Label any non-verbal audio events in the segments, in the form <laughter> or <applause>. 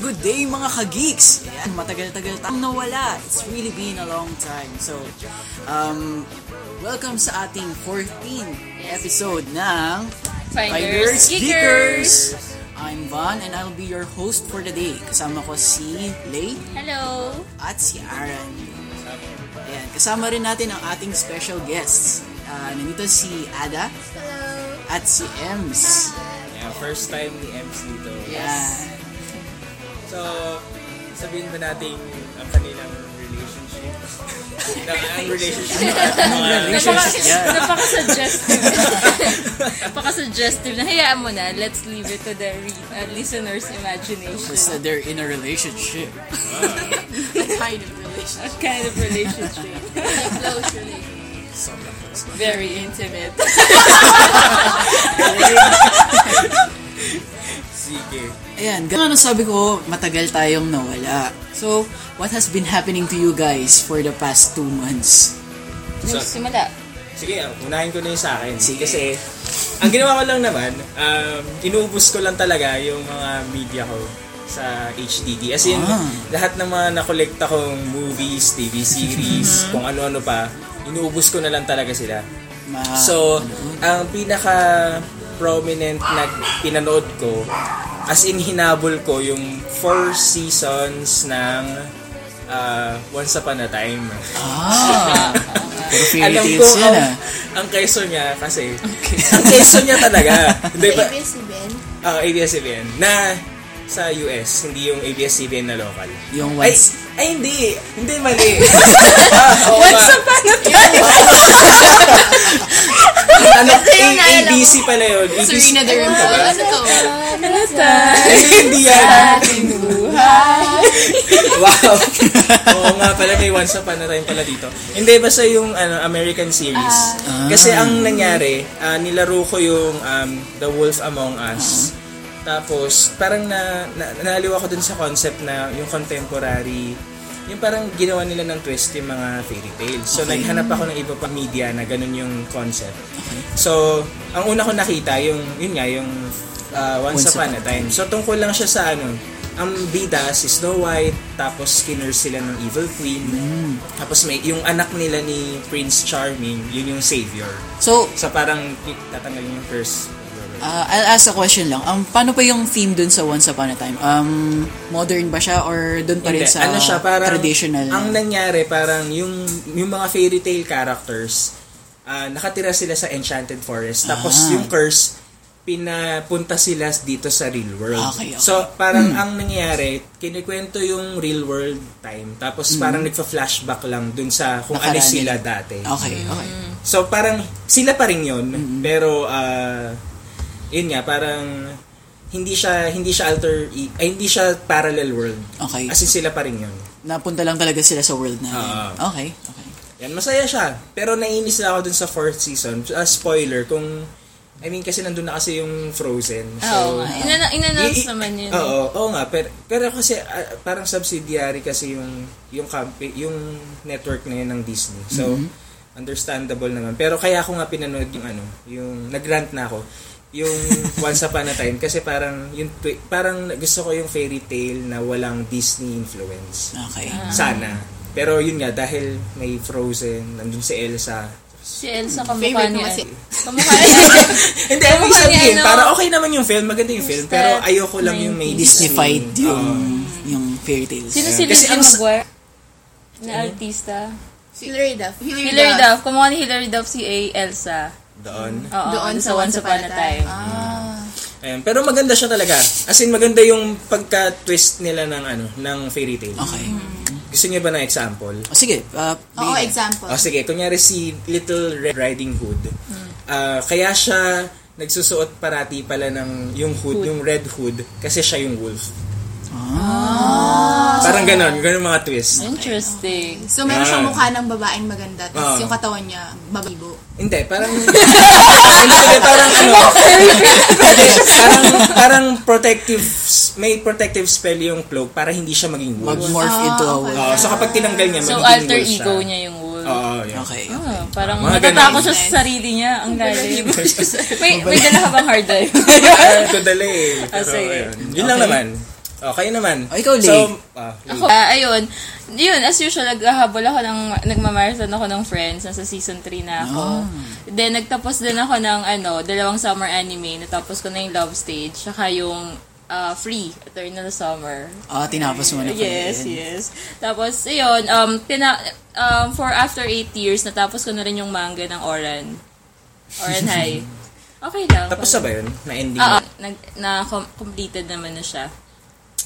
mga kageeks. Yan, matagal-tagal tayong nawala. It's really been a long time. So, um, welcome sa ating 14th episode ng Finders, Geekers! I'm Van and I'll be your host for the day. Kasama ko si Lay Hello! at si Aaron. Ayan, kasama rin natin ang ating special guests. Ah, nandito si Ada at si Ems. Yeah, first time ni Ems dito. Yes. So, sabihin ba natin ang kanilang relationship? na, ang relationship. Napaka, Relationship, yeah. <laughs> napaka-suggestive. napaka-suggestive na. Hayaan mo na. Let's leave it to the re- uh, listener's imagination. Just <laughs> that they're in a relationship. kind of relationship. What kind of relationship? Close relationship. Sobrang close. Very intimate. Sige. Ayan, gano'n sabi ko, matagal tayong nawala. So, what has been happening to you guys for the past two months? Nung simula. Sige, unahin ko na yung sa akin. Sige. Kasi, ang ginawa ko lang naman, um, inuubos ko lang talaga yung mga media ko sa HDD. As in, Ah. lahat ng mga nakolekta kong movies, TV series, kung ano-ano pa, inuubos ko na lang talaga sila. Ma- So, ang pinaka prominent na pinanood ko, as in hinabol ko yung four seasons ng ah, Once Upon a Time. <laughs> ah, puro fairy Alam ko tales yan ah. <laughs> ang, ang keso niya <laughs> kasi, ang keso niya talaga. Hindi ba? ABS-CBN? Ah, ABS-CBN na sa US, hindi yung ABS-CBN na local. Yung Ay, once. ay hindi. Hindi mali. ah, oo What's nga. up, ano tayo? Ano, yung A- naalala ABC pala yun. ABC. Serena de Rim ba? Ano to? Ano tayo? Ay, hindi yan. <laughs> Ating buhay. Wow. Oo nga pala, may once upon a time pala dito. Hindi, basta yung ano, American series. Kasi ang nangyari, ah, nilaro ko yung um, The Wolf Among Us. Tapos, parang na, na, naliwa ko dun sa concept na yung contemporary, yung parang ginawa nila ng twist yung mga fairy tales. So, naghanap ako ng iba pang media na ganun yung concept. So, ang una ko nakita, yung, yun nga, yung ah, Once, Upon a Time. So, tungkol lang siya sa ano, ang bida si Snow White, tapos kinurse sila ng Evil Queen. Tapos may yung anak nila ni Prince Charming, yun yung savior. So, So parang i- tatanggalin yung curse. ah, I'll ask a question lang. Um, paano pa yung theme dun sa Once Upon a Time? Um, modern ba siya or dun pa rin Hindi, sa ano siya, parang, traditional? Ang nangyari, parang yung, yung mga fairy tale characters, ah, nakatira sila sa Enchanted Forest. Tapos Ah. yung curse, pinapunta sila dito sa real world. Okay, Hmm. okay. So, parang ang nangyayari, kinikwento yung real world time. Tapos parang nagfa-flashback lang dun sa kung ano Hmm. Nakaraan sila nila. dati. okay, Hmm. okay. So parang sila pa rin 'yon, pero ah yun nga parang hindi siya hindi siya alter e- ay, hindi siya parallel world. Okay. As in sila pa rin 'yon. Napunta lang talaga sila sa world na yun. Ah. okay, okay. Yan masaya siya, pero naiinis na ako dun sa fourth season. Ah, spoiler kung I mean kasi nandun na kasi yung Frozen. So Oo. Inana- I- In-announce i- naman yun. eh. Oo, oo nga. Pero, pero kasi ah, parang subsidiary kasi yung yung company, yung network na yun ng Disney. So, understandable naman. Pero kaya ako nga pinanood yung ano, yung nag-rant na ako yung Once Upon a Time kasi parang yung twi- parang gusto ko yung fairy tale na walang Disney influence. Okay. Sana. Pero yun nga dahil may Frozen, nandun si Elsa. Si Elsa kamukha Favorite niya. naman si... Kamukha niya. Hindi, ano Ewan ko sabihin, niya, no? para okay naman yung film, maganda yung film, Basta pero ayoko lang yung may Disneyfied yung Oo. yung fairy tales. Sino Yeah. si Kasi Lizzie ang- Maguire? Na artista. Hilary Duff. Hilary Duff. Kumuha ni Hilary Duff si A. Elsa. Doon. Oo, Doon sa Once Upon a Time. Ah. Ayan, pero maganda siya talaga. As in, maganda yung pagka-twist nila ng ano, ng fairy tale. Okay. Gusto niyo ba na example? O, sige, ah, Oo, bigay. example. O sige, kunyari si Little Red Riding Hood. Ah, kaya siya nagsusuot parati pala ng yung hood, yung red hood, kasi siya yung wolf. Ah, Parang ganon, ganon mga twist. Ah, Interesting. So, meron siyang Ah. mukha ng babaeng maganda. Tapos Ah. yung katawan niya, babibo. Hindi, parang... <laughs> Hindi, parang ano... Hindi, parang, parang protective... May protective spell yung cloak para hindi siya maging wolf. Mag-morph Ah, into a wolf. Oo, so kapag tinanggal niya, So, magiging alter wolf siya. ego niya yung wolf. Oo, yun. Okay. Ah, parang Mga natatakot ganun. siya sa sarili niya. Ang <laughs> lalim. <laughs> may, may dala ka bang hard drive? <laughs> Parang ko dali eh. Pero, Ah, sige. ayun. Yun lang naman. Oh, kayo naman. Oh, ikaw, Lee. So, ah, Lee. Ako, ah, ayun. Yun, as usual, naghahabol ako ng, nagmamarathon ako ng Friends. Nasa season 3 na ako. Ah. Then, nagtapos din ako ng, ano, dalawang summer anime. Natapos ko na yung Love Stage. Tsaka yung ah, Free, Eternal Summer. Ah, tinapos mo na pala Yes, yun. yes. Tapos, ayun, um, pina, um, for after 8 years, natapos ko na rin yung manga ng Oran. Oran High. Okay lang. Tapos na ba yun? Na-ending Oo, na? nag, na com- completed naman na siya.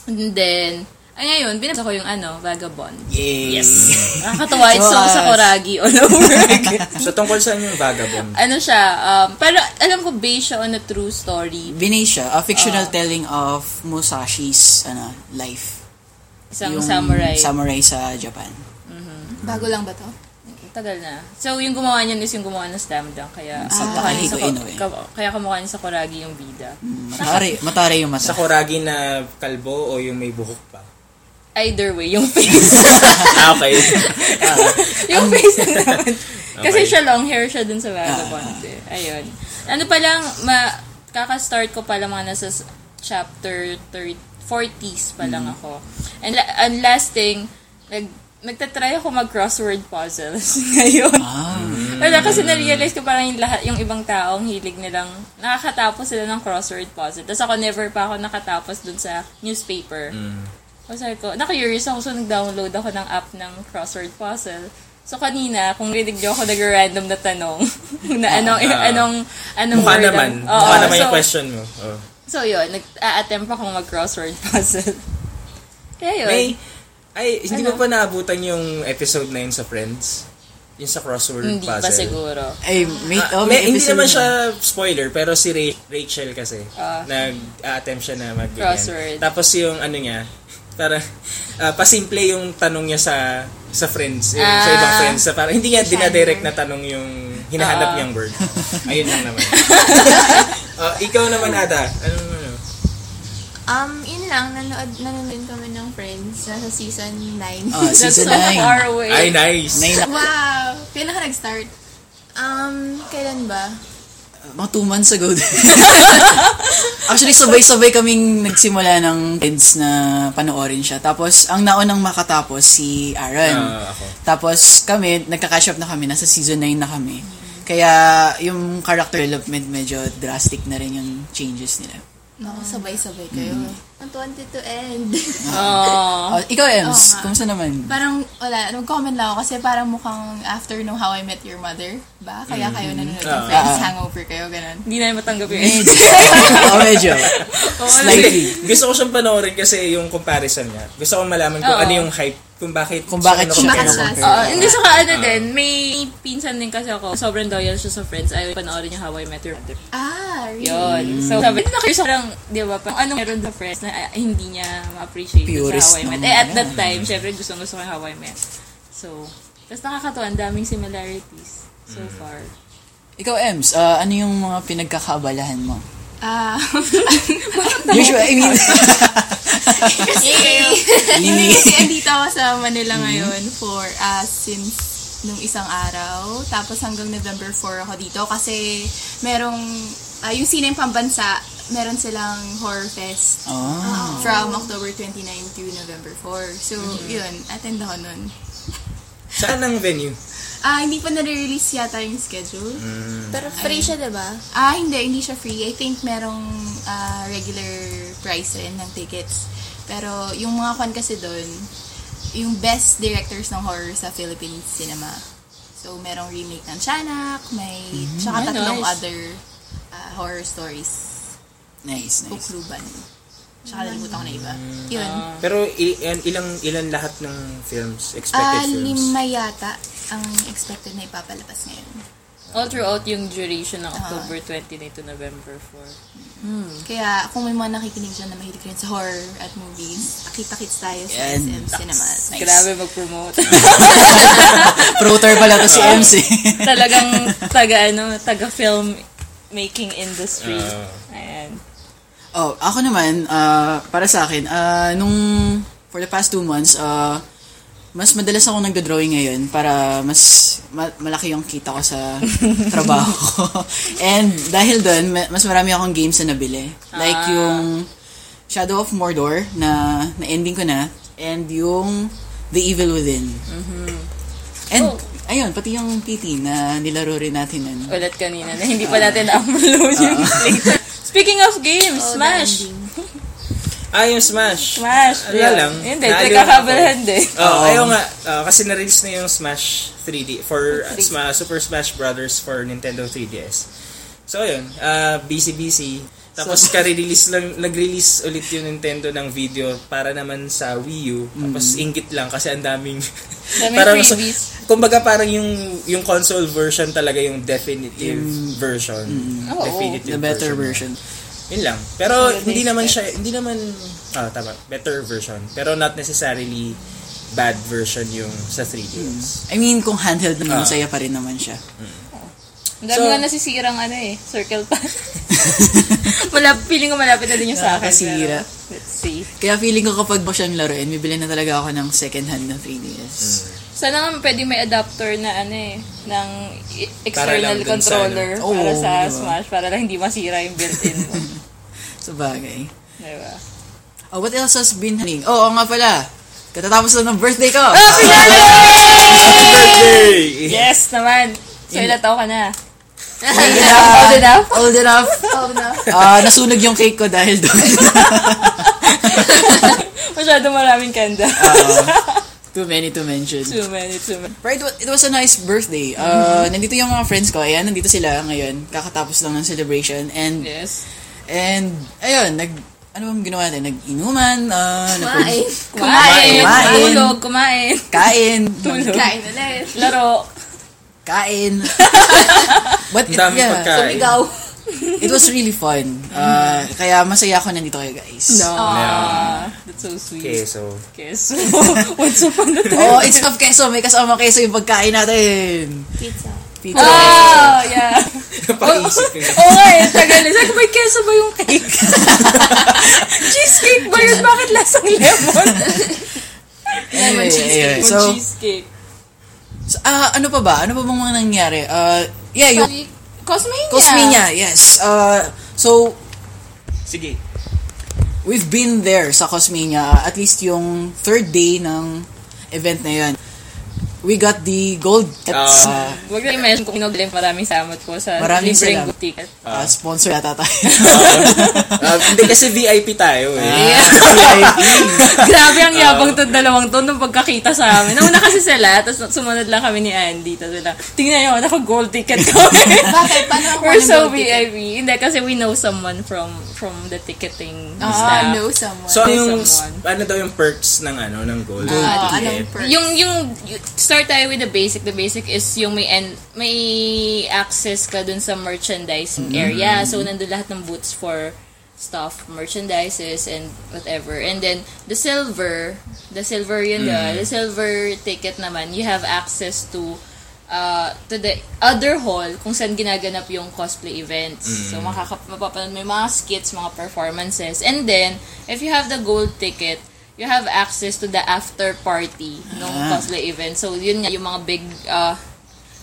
And then, ay ngayon, binasa ko yung ano, Vagabond. Yay. <laughs> Yes. Nakakatawa, it's so Yes. Sakuragi all over again. <laughs> So, tungkol saan yung Vagabond? ano siya, um, pero alam ko based siya on a true story. Binay siya, a Ah. fictional telling of Musashi's ano, life. Isang samurai. Samurai sa Japan. Bago lang ba to? Tagal na. So, yung gumawa niyan is yung gumawa ng Slam Dunk. Kaya, Sa kamukha niya Takahiko Ko- Inoue. ka- kaya kamukha niya sa Kuragi yung bida. Matare, matare yung mata. Sa Kuragi na kalbo o yung may buhok pa? Either way, yung face. <laughs> <laughs> ah, okay. yung face na naman. Kasi Okay. siya long hair siya dun sa Vagabond. eh. Ayun. Ano pa lang, ma, kaka-start ko pa lang mga nasa s- chapter 30, 40s pa lang ako. And, la- and last thing, nag, nagtatry ako mag-crossword puzzles <laughs> ngayon. Ah. Mm. Wala, kasi na-realize ko parang yung, lahat, yung ibang taong hilig nilang nakakatapos sila ng crossword puzzle. Tapos ako never pa ako nakatapos dun sa newspaper. Mm. Tapos sabi ko, na-curious ako so nag-download ako ng app ng crossword puzzle. So kanina, kung rinig niyo ako nag-random na tanong, <laughs> na anong, Ah. anong, anong Mukha word ang- naman. Oo, Mukha naman yung so- question mo. Oh. So yun, nag-a-attempt akong mag-crossword puzzle. <laughs> Kaya yun. May, ay, hindi Ano? mo pa naabutan yung episode na yun sa Friends? Yung sa crossword hindi puzzle. pa siguro. Ay, may, oh, Ah, may- may hindi episode naman na. siya spoiler, pero si Ra- Rachel kasi, Ah. nag-attempt siya na mag Crossword. Tapos yung ano niya, para ah, pasimple yung tanong niya sa sa friends, eh, sa Ah. ibang friends. Sa, para, hindi niya Genre. dinadirect na tanong yung hinahanap Ah. niyang word. Ayun lang <laughs> naman. Ah, ikaw naman, Ada. Ano, ano? Um, yun lang. Nanood, nanood din kami ng Friends. Nasa season 9. Ah, That's season so far 9. away. Ay, nice. Nine, <laughs> wow! Kailan ka nag-start? Um, kailan ba? mga two months ago. <laughs> din. Actually, sabay-sabay kaming nagsimula ng kids na panoorin siya. Tapos, ang naunang makatapos, si Aaron. Ah, ako. Tapos, kami, nagka-catch up na kami. Nasa season 9 na kami. Kaya, yung character development, medyo drastic na rin yung changes nila. Naku, sabay-sabay kayo. Not wanted Mm-hmm. to end. Oh. Oh, ikaw, Ems, Ah. Oo nga. kumusta naman? <laughs> parang, wala, nag-comment lang ako kasi parang mukhang after nung How I Met Your Mother ba? Kaya kayo nanonood ng Ah. Friends, Ah. hangover kayo, ganun. Hindi na matanggap yung Medyo. <laughs> oh, medyo. Slightly. Kasi gusto ko siyang panoorin kasi yung comparison niya. Gusto kong malaman kung Oo. ano yung hype, kung bakit Kung bakit siya Oh. siya kinukumpara. bakit siya- kinocompare. Oo, hindi saka ano Ah. din, may pinsan din kasi ako, sobrang loyal siya sa friends, ayaw panoorin yung How I Met Your Mother. Ah, really? Yun. So, sabi, na kayo parang, di ba, parang anong meron sa friends na ah, hindi niya ma-appreciate dun Purist sa How I Met. naman. Eh, at that time, syempre gusto gusto ko yung How I Met. So, tapos nakakatuwa, ang daming similarities so far. Ikaw, Ems, ah, ano yung mga pinagkakaabalahan mo? Ah, Usually, I mean, <laughs> Yun, kasi andito ako sa Manila ngayon for ah, since nung isang araw. Tapos hanggang November 4 ako dito kasi merong, ah, yung sine yung pambansa, meron silang horror fest ah, oh, from October 29 to November 4. So, yun, attend ako nun. Saan ang venue? Ah, hindi pa nare-release yata yung schedule. Pero free siya, di ba? Ah, hindi, hindi siya free. I think merong ah, regular price rin ng tickets. Pero yung mga kwan kasi doon, yung best directors ng horror sa Philippine cinema. So, merong remake ng Shanak, may tsaka Ah, tatlong nice. other ah, horror stories. nice, nice. Kukluban. Tsaka nalimutan ko na iba. Yun. Pero i- an- ilang ilan lahat ng films, expected Ah, films? lima yata ang expected na ipapalabas ngayon. All throughout yung duration ng Ah. October 29 to November 4. Kaya kung may mga nakikinig dyan na mahilig rin sa horror at movies, kita-kits tayo sa Yan. SM Cinemas. Nice. Grabe <laughs> mag-promote. Proter pala to si Ems eh. Talagang taga, ano, taga film making industry. Ah. Ayan. Oh, ako naman, ah, para sa akin, ah, nung, for the past two months, ah, mas madalas ako nagdodrawing ngayon para mas ma- malaki yung kita ko sa trabaho ko. And dahil doon, ma- mas marami akong games na nabili. Like yung Shadow of Mordor na na-ending ko na and yung The Evil Within. And ayun, pati yung PT na nilaro rin natin ano. Ulat kanina na hindi pa natin na-upload yung later. Speaking of Oh, games, Smash! Ah, yung Smash. Smash! Ano na lang? Hindi, Naaliw nagkakabalahan din. Oo, ayaw nga. Ah, kasi na-release na yung Smash 3D for ah, Sma- Super Smash Brothers for Nintendo 3DS. So, ayun. ah busy-busy. Tapos, ka-release lang, nag-release ulit yung Nintendo ng video para naman sa Wii U. Tapos, Mm. ingit lang kasi ang daming... Daming sa- freebies. kumbaga, parang yung, yung console version talaga yung definitive version. Oo, definitive Mm. The better version. version. Yun lang. Pero So, hindi next naman siya, hindi naman, ah, tama, better version. Pero not necessarily bad version yung sa Mm. 3DS. I mean, kung handheld naman, Ah. masaya pa rin naman siya. Ang dami So- nga nasisirang ano eh, circle path. <laughs> Malap, feeling ko malapit na din yung sa akin. Nakakasira. pero Let's see. Kaya feeling ko kapag mo siyang laruin, bibili na talaga ako ng second hand na 3DS. Sana nga pwedeng may adapter na ano eh, ng i- external lang dun sa controller ano. Oo, para sa diba? Smash, para lang hindi masira yung built-in <laughs> mo. Mm. <laughs> Sa bagay. diba? Oh, what else has been happening? Oo, oh, nga pala. Katatapos lang ng birthday <laughs> ko. Birthday! Yes naman! So, ilan tao <laughs> ka na? Old Old Ah. enough. enough? Old enough. Oh, Ah, nasunog yung cake ko dahil doon. <laughs> Masyado maraming kanda. Ah. too many to mention. too many, too many. Pero it, wa- it was a nice birthday. Uh, Nandito yung mga friends ko. Ayan, nandito sila ngayon. Kakatapos lang ng celebration. And, Yes. and ayun, nag, ano bang ginawa natin? Nag-inuman, uh, Kumain. Kumain! Kumain. Tulog, kumain! <laughs> nagkain, Tulog. Kain ulit. Laro. kain. But Ang it, daming yeah, pagkain. Ikaw. it was really fun. Uh, kaya masaya ako nandito kayo guys. Aww. Ah, That's so sweet. Okay, so, Kiss. <laughs> What's up on the Oh, it's of queso. May kasama queso yung pagkain natin. Ah! Pizza. Pizza. <laughs> Oh, yeah. napaisip ko yun. Oo nga eh, tagal. eh. Sabi ko, may keso ba yung cake? cheesecake ba yun? Bakit lasang lemon? Anyway, anyway. Yung So, cheesecake. so, ah, ano pa ba? Ano pa bang mga nangyari? Uh, yeah, yung Cosmania. Cosminia, yes. Uh, so, Sige. we've been there sa Cosminia. At least yung third day ng event na yun. We got the gold tickets. Ah. Huwag na i-mention kung kinoglim maraming salamat po sa Maraming libreng salamat. ticket. Ah, sponsor yata tayo. Ah, hindi kasi VIP tayo eh. Ah. <laughs> Grabe ang yabang to dalawang to nung pagkakita sa amin. Nauna kasi sila, tapos sumunod lang kami ni Andy. Tapos wala, tingnan nyo, naka gold ticket kami. Bakit? Paano ako We're ng so gold ticket? VIP. Hindi, kasi we know someone from from the ticketing Ah, staff. know someone. So, yung, Someone. ano daw yung perks ng ano, ng gold? ticket? Ah, anong perks? Yung yung y- start tayo with the basic. The basic is yung may en- may access ka dun sa merchandise area. So nandun lahat ng booths for stuff, merchandises and whatever. And then the silver, the silver yun na, the silver ticket naman, you have access to uh, to the other hall kung saan ginaganap yung cosplay events. So, makaka mapapanood mo yung mga skits, mga performances. And then, if you have the gold ticket, you have access to the after party nung cosplay event. So, yun nga, yung mga big uh,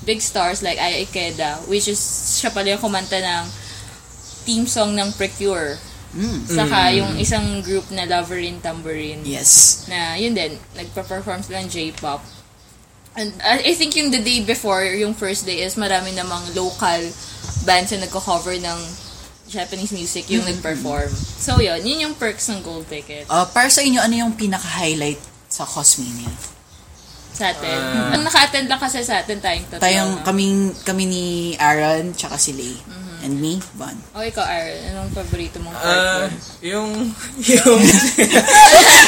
big stars like Ai Ikeda, which is siya pala yung kumanta ng team song ng Precure. Hmm. Saka yung isang group na Loverin Tambourine yes. na yun din, nagpa-perform sila ng J-pop. And uh, I think yung the day before, yung first day is marami namang local bands na nagko-cover ng Japanese music yung nag-perform. So yun, yun yung perks ng gold ticket Uh, para sa inyo, ano yung pinaka-highlight sa Cosminia? sa atin. Ah. Ang naka-attend lang kasi sa atin tayong tatlo. Tayong, no? kaming, kami ni Aaron, tsaka si Lay. Mm-hmm. And me, Van. O Oh, ikaw, Aaron, anong paborito mong part doon? Ah, yung, <laughs> yung,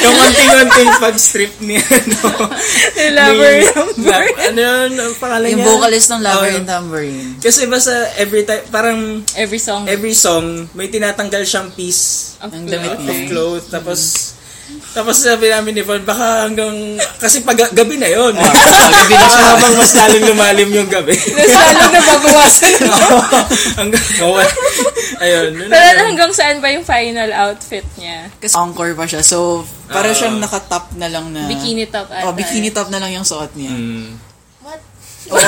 yung unting-unting pag-strip ni ano. ni- Lab- ano yun, ang pangalan Yung niya? vocalist ng Lover Oh, and Tambourine. Kasi basta every time, parang Every song. every song, may tinatanggal siyang piece of Ang clothes. damit of <laughs> niya. Okay. clothes. Tapos, tapos sabi namin ni Von, baka hanggang, kasi pag gabi na yun. <laughs> Gabi na Baka habang mas lalong lumalim yung gabi. <laughs> Mas lalo na babawasan. hanggang, oh, ayun. Yun Pero lang. hanggang saan ba yung final outfit niya? <laughs> Kasi encore pa siya. So, para Ah. siyang nakatop na lang na... Oh. Bikini top ata. Ah, eh. Oh, <laughs> bikini top na lang yung suot niya. Mm. What? What?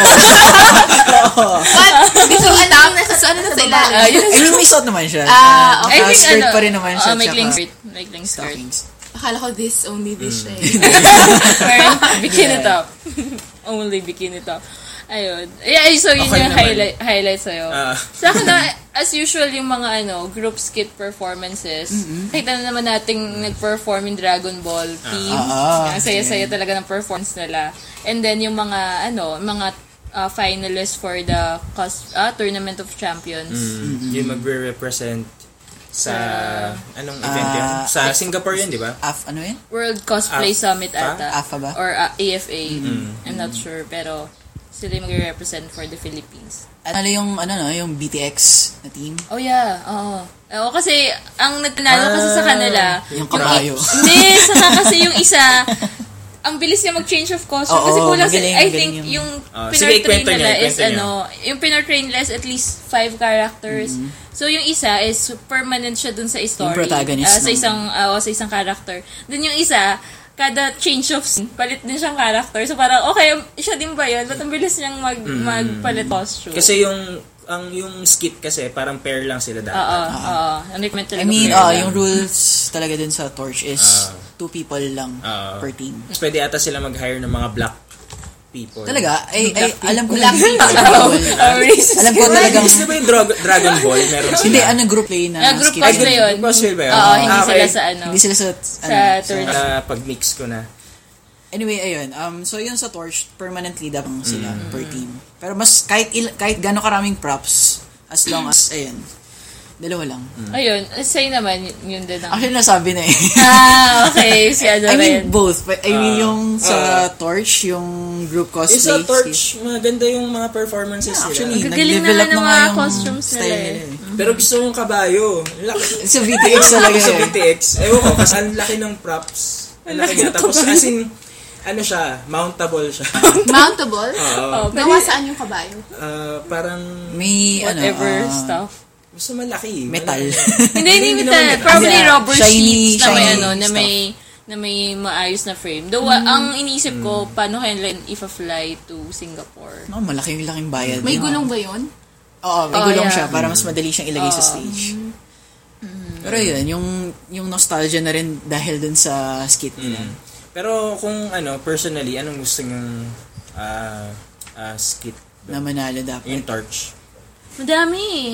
So, ano yung nasa ano na sa ilalim? Ah, yun. Eh, may suot naman siya. Ah, Ah, okay. ah, skirt pa rin naman siya. Oo, ano? oh, may tsaka cling skirt. May cling skirt. <laughs> stockings. Akala ko this, only this Mm. siya eh. <laughs> Wearing bikini top. <laughs> Only bikini top. Ayun. Yeah, so yun Okay yung naman. highlight, highlight sa'yo. Ah. Sa akin na, as usual, yung mga ano, group skit performances. Nakita na naman nating nag-perform yung Dragon Ball team. Ah, ah, Ang saya-saya talaga ng performance nila. And then yung mga, ano, mga uh, finalists for the cos- ah, Tournament of Champions. Mm. Mm-hmm. Yung magre-represent sa anong event yun? Ah, Sa Singapore yun, di ba? Af, ano yun? World Cosplay Ah, Summit pa? ata. AFA ba? Or uh, AFA. I'm not sure. Pero sila yung magre-represent for the Philippines. At ano yung, ano no, yung BTX na team? Oh yeah, oo. Oo, kasi ang nagtanalo kasi Ah. sa kanila, Yung kabayo. hindi, saka kasi yung isa, ang bilis niya mag-change of costume. Oo, kasi kulang, magaling, si, I magaling think yung- yung, Ah, sige, pinortrain kwento niyo, nila is kwento niyo. ano, yung pinortrain nila is at least five characters. So yung isa is permanent siya dun sa Mm-hmm. story. Yung protagonist Ah, sa ng- isang, ah, o sa isang character. Then yung isa, kada change of scene, palit din siyang character. So parang, okay, siya din ba yun? Ba't ang bilis niyang mag, magpalit costume? Mm-hmm. Kasi yung ang yung skit kasi parang pair lang sila Oo, dapat. oo. Ang requirement I talaga. mean, pera ah, <laughs> lang. yung rules talaga dun sa Torch is Ah. two people lang Ah. per team. Mas Pwede ata sila mag-hire ng mga black people. Talaga? Ay, ay, alam ko Black lang. <laughs> Oh, <laughs> Alam ko talagang, Is na ba yung drag- Dragon Ball? <laughs> Meron sila. hindi, ano group play na Ah, group skit. cos na yun. Group cosplay ba yun? Oo, hindi Ah, okay. sila sa ano. Hindi sila sa, Sa ano, third. Ah, pag-mix ko na. Anyway, ayun. Um, so, yun sa Torch, permanently dabang sila Mm. per team. Pero mas, kahit, il- kahit gano'ng karaming props, as long as, ayun, dalawa lang. Mm. Ayun, say naman, y- yun din ang... Actually, nasabi na eh. <laughs> Ah, okay, si ano I rin. mean, both. But, I mean, Ah, yung sa ah. Torch, yung group cosplay. Yung sa skit. Torch, maganda yung mga performances Yeah, nila. actually, Gagaling nag-level na up na nga ng nga mga yung costumes nila style eh. nila eh. Pero gusto kong kabayo. Ang Laki. <laughs> Sa <laughs> VTX talaga sa eh. BTX. Ewan ko, kasi ang laki ng props. Ang laki niya. Tapos as in, ano siya, mountable siya. <laughs> <laughs> Mountable? Oo. Oh, Gawa saan yung kabayo? Ah, parang, May, ano, Whatever ah, stuff. gusto malaki. <laughs> metal. <laughs> Hindi, hindi hindi metal. naman metal. Probably Yeah. rubber Shiny- sheets na may shiny ano, na stuff. may na may maayos na frame. Though, ah, ang iniisip ko, paano kaya if a fly to Singapore? No, malaking Oh, laking bayad. May no? gulong ba yun? Oo, may Oh, gulong yeah. Oh. siya para mas madali siyang ilagay sa stage. Mm. Pero yun, yung, yung nostalgia na rin dahil dun sa skit nila. Mm. Pero kung ano, personally, anong gusto niyong ah, ah, skit? Na manalo dapat. Yung torch. Madami eh.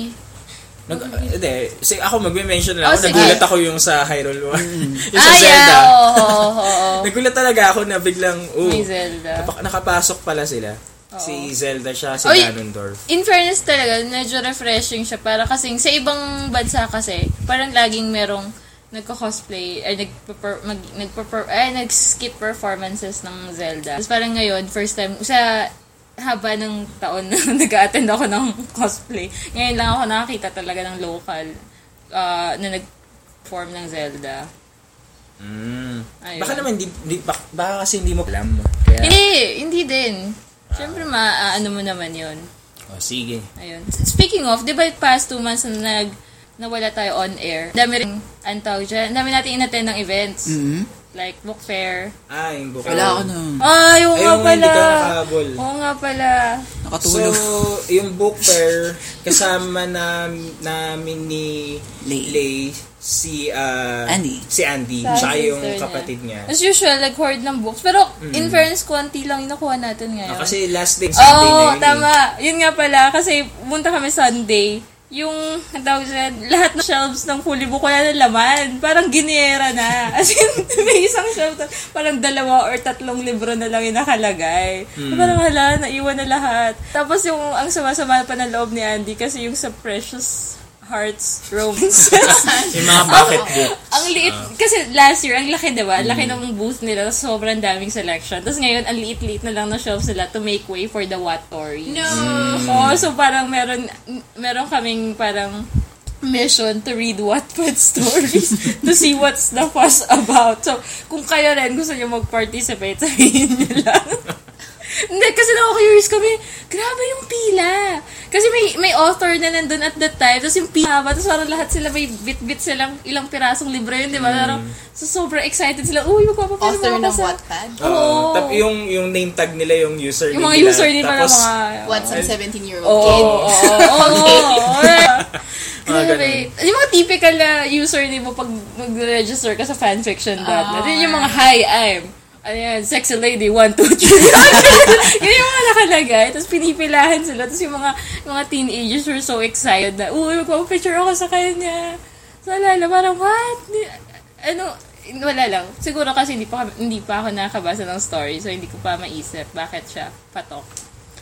Nag, hindi, si, ako magme-mention na ako, Oh, sige. nagulat ako yung sa Hyrule War. <laughs> yung sa Ah, Zelda. yeah, oo, oo, <laughs> oo. <laughs> Nagulat talaga ako na biglang, oh, May Zelda. napak- nakapasok pala sila. Si Zelda siya, si Oy! Ganondorf. in fairness talaga, medyo refreshing siya. Para kasing sa ibang bansa kasi, parang laging merong nagko-cosplay, ay nagpa mag, nagpa ay nag-skip performances ng Zelda. Tapos parang ngayon, first time, sa haba ng taon na <laughs> nag-attend ako ng cosplay, ngayon lang ako nakakita talaga ng local ah, na nag-form ng Zelda. Mm. Ayun. Baka naman, di, di, bak- baka kasi hindi mo alam. Kaya, Hindi, hindi din. Siyempre, Ah. ma, ano mo naman yun. oh, sige. Ayun. Speaking of, di ba past two months na nag nawala tayo on air, dami rin, ang tawag dyan, dami natin inattend ng events. Mm. Mhm. Like, book fair. Ah, yung buka. Wala ako nun. Ay, oo nga Ayun, pala. hindi ka nakahabol. Oo nga pala. So, <laughs> Nakatulog. yung book fair, kasama na, namin ni Lay. Lay, si ah, Andy. Si Andy. Sa Tsaka sister yung niya. Ano kapatid niya. As usual, like, hoard ng books. Pero, in fairness, konti lang yung nakuha natin ngayon. Mm. Ah, kasi last day, Oo, Sunday na yun. eh. tama. Yun nga pala, kasi punta kami Sunday. Yung, ang tawag dyan, lahat ng shelves ng fully book, wala na laman. Parang giniera na. <laughs> As in, may isang shelf, na- parang dalawa or tatlong libro na lang yung nakalagay. Hmm. Parang hala, naiwan na lahat. Tapos yung, ang sama-sama pa ng loob ni Andy, kasi yung sa Precious Hearts <laughs> Romances. Yung mga <laughs> bucket book. Ang liit, Ah. kasi last year, ang laki, diba? Ang Hmm. laki ng booth nila, tapos sobrang daming selection. Tapos ngayon, ang liit-liit na lang ng shelves nila to make way for the Watori. No! Mm. so parang meron, meron kaming parang mission to read Wattpad stories <laughs> to see what's the fuss about. So, kung kayo rin gusto nyo mag-participate, <laughs> sabihin nyo lang. Hindi, kasi na-curious kami, grabe yung pila. Kasi may may author na nandun at that time. Tapos yung pinaba, tapos parang lahat sila may bit-bit silang ilang pirasong libro yun, di ba? Parang so, sobrang excited sila. Uy, magpapapirma Mm. Author ako ng sa... Wattpad. Oo. tap yung, yung name tag nila, yung username Yung mga nila. username pala Tapos, mga... What's a 17-year-old Oo, kid? oo, oo, oo, oo. Mga Grabe. Yung mga typical na username mo pag mag-register ka sa fanfiction dot. net. Yun yung mga, hi, I'm, ano yan, sexy lady, one, two, three. <laughs> yun yung mga nakalagay. Tapos pinipilahan sila. Tapos yung mga, yung mga teenagers were so excited na, uy, magpapicture ako sa kanya. So, alala, parang, what? Di- Ano, wala lang. Siguro kasi hindi pa, kami- hindi pa ako nakakabasa ng story. So, hindi ko pa maisip bakit siya patok.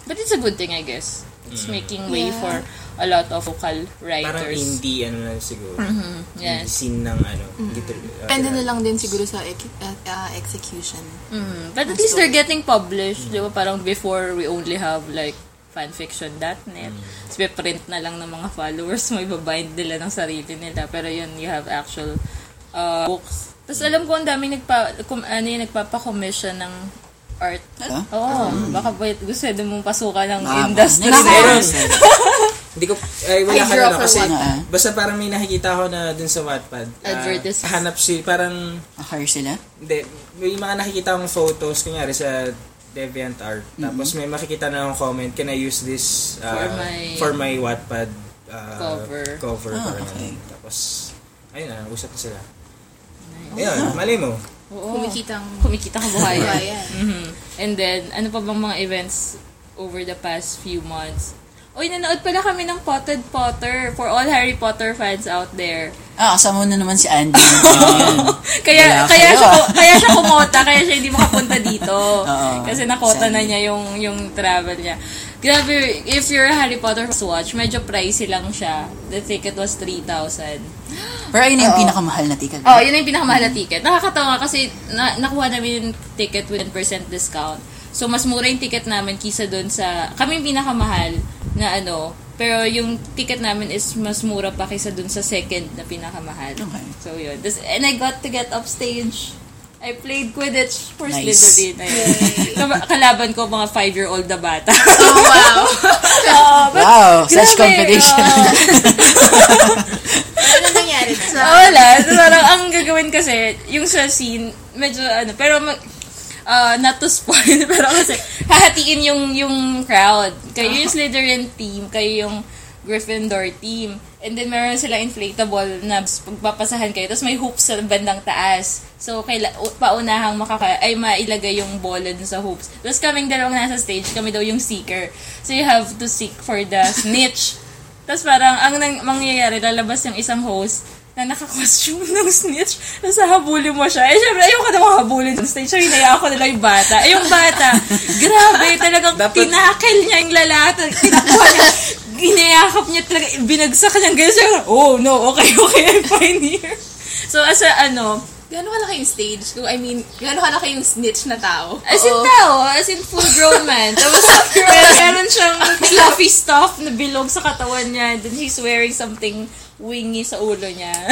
But it's a good thing, I guess. It's making way Yeah. for a lot of vocal Parang writers. Mm-hmm. indie, ano na siguro. Indie Yes. Mm-hmm. Scene ng ano. guitar- uh, Depende na lang din siguro sa ec- uh, uh, execution. Mm. But at least they're getting published. Di ba? Parang before, we only have like fanfiction.net. Tapos may print na lang ng mga followers mo. Ibabind nila ng sarili nila. Pero yun, you have actual uh, books. Tapos alam ko ang dami nagpa, kum, ano yun, nagpapa-commission ng art. Huh? Oo, baka ba gusto din mong pasukan ng Ah, industry. next na yun. time. Hindi ko, ay, wala I ka draw na for kasi, <laughs> Wattpad. basta parang may nakikita ko na dun sa Wattpad. ah, Advertisements. hanap si, parang, Hire sila? Hindi, may mga nakikita akong photos, kunyari sa DeviantArt. Mm-hmm. Tapos may makikita na akong comment, can I use this uh, For my- for my Wattpad uh, Cover. cover Ah, for okay. ano. Tapos, ayun na, usap na sila. Ayun, Ah. mali mo. Oo. Kumikitang kumikita ka <laughs> buhay. kabayan. Mhm. And then, ano pa bang mga events over the past few months? Uy, nanood pala kami ng Potted Potter for all Harry Potter fans out there. Ah, kasama mo na naman si Andy. Wala Kaya kaya kayo. siya ku- kaya siya kumota, kaya siya hindi makapunta dito. <laughs> Oo. kasi nakota na Sadly. niya yung yung travel niya. Grabe, if you're a Harry Potter watch, medyo pricey lang siya. The ticket was 3,000. Pero ayun na yung pinakamahal na ticket. Oh, yun na yung pinakamahal na ticket. Nakakatawa kasi na, nakuha namin yung ticket with 10% discount. So, mas mura yung ticket namin kisa doon sa... Kami yung pinakamahal na ano. Pero yung ticket namin is mas mura pa kaysa doon sa second na pinakamahal. <laughs> Okay. So, yun. This, and I got to get upstage. I played Quidditch for Nice. Slytherin. Ayun. Kab- Kalaban ko mga five-year-old na bata. Oh, wow. Oo, but- Wow, such Grabe, oh. competition. oo. ano nangyari <laughs> sa... Ah, wala. So, parang ang gagawin kasi, yung sa scene, medyo ano, pero mag, ah, not to spoil, <laughs> pero kasi hahatiin yung yung crowd. Kayo yung Slytherin team, kayo yung Gryffindor team. And then meron silang inflatable na pagpapasahan kayo. Tapos may hoops sa bandang taas. So, kaila, u- paunahang makaka, ay mailagay yung bola dun sa hoops. Tapos kaming dalawang nasa stage, kami daw yung seeker. So, you have to seek for the snitch. Tapos parang ang nang, mangyayari, lalabas yung isang host na naka-costume <laughs> ng snitch. Tapos habulin mo siya. Eh, syempre, ayoko na makahabulin ng stage. So, hinaya ko nila yung bata. Eh, yung bata, grabe, talagang Dapat- tinakel niya yung lalata. Tinakuha niya. Ginayakap niya talaga. Binagsak niya. Ganyan siya. Oh, no. Okay, okay. <laughs> I'm fine here. So, as a, ano, Gano'n kalaki yung stage? I mean, gano'n kalaki yung snitch na tao? As in Oo. tao, as in full grown man. Tapos, meron- meron siyang fluffy stuff na bilog sa katawan niya. And then he's wearing something wingy sa ulo niya. <laughs>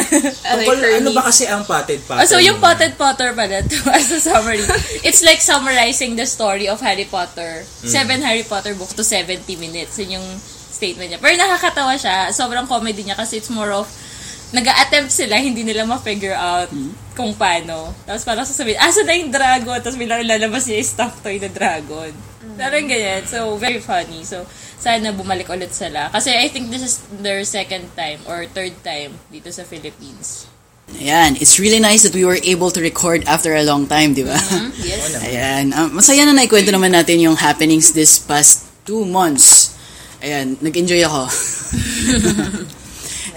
Aray, Tungkol, ano Hermes. ba kasi ang potted Oh, pattern? so, yung Potted Potter pala, <laughs> to, as a summary, it's like summarizing the story of Harry Potter. Seven Harry Potter books to 70 minutes. Yun yung statement niya. Pero nakakatawa siya. Sobrang comedy niya kasi it's more of nag attempt sila, hindi nila ma-figure out kung paano. Tapos parang sasabihin, asa na yung dragon? Tapos bilang lalabas niya yung stuffed toy na dragon. Parang ganyan. So, very funny. So, sana bumalik ulit sila. Kasi I think this is their second time or third time dito sa Philippines. <laughs> Ayan, it's really nice that we were able to record after a long time, di ba? Mm-hmm. Yes. Ayan, um, masaya na naikwento naman natin yung happenings this past two months. Ayan, nag-enjoy ako. <laughs>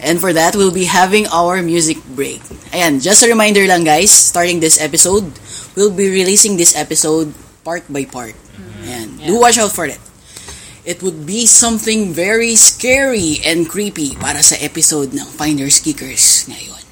And for that, we'll be having our music break. Ayan, just a reminder lang guys, starting this episode, we'll be releasing this episode part by part. Ayan, do watch out for it. It would be something very scary and creepy para sa episode ng Finders Kickers ngayon.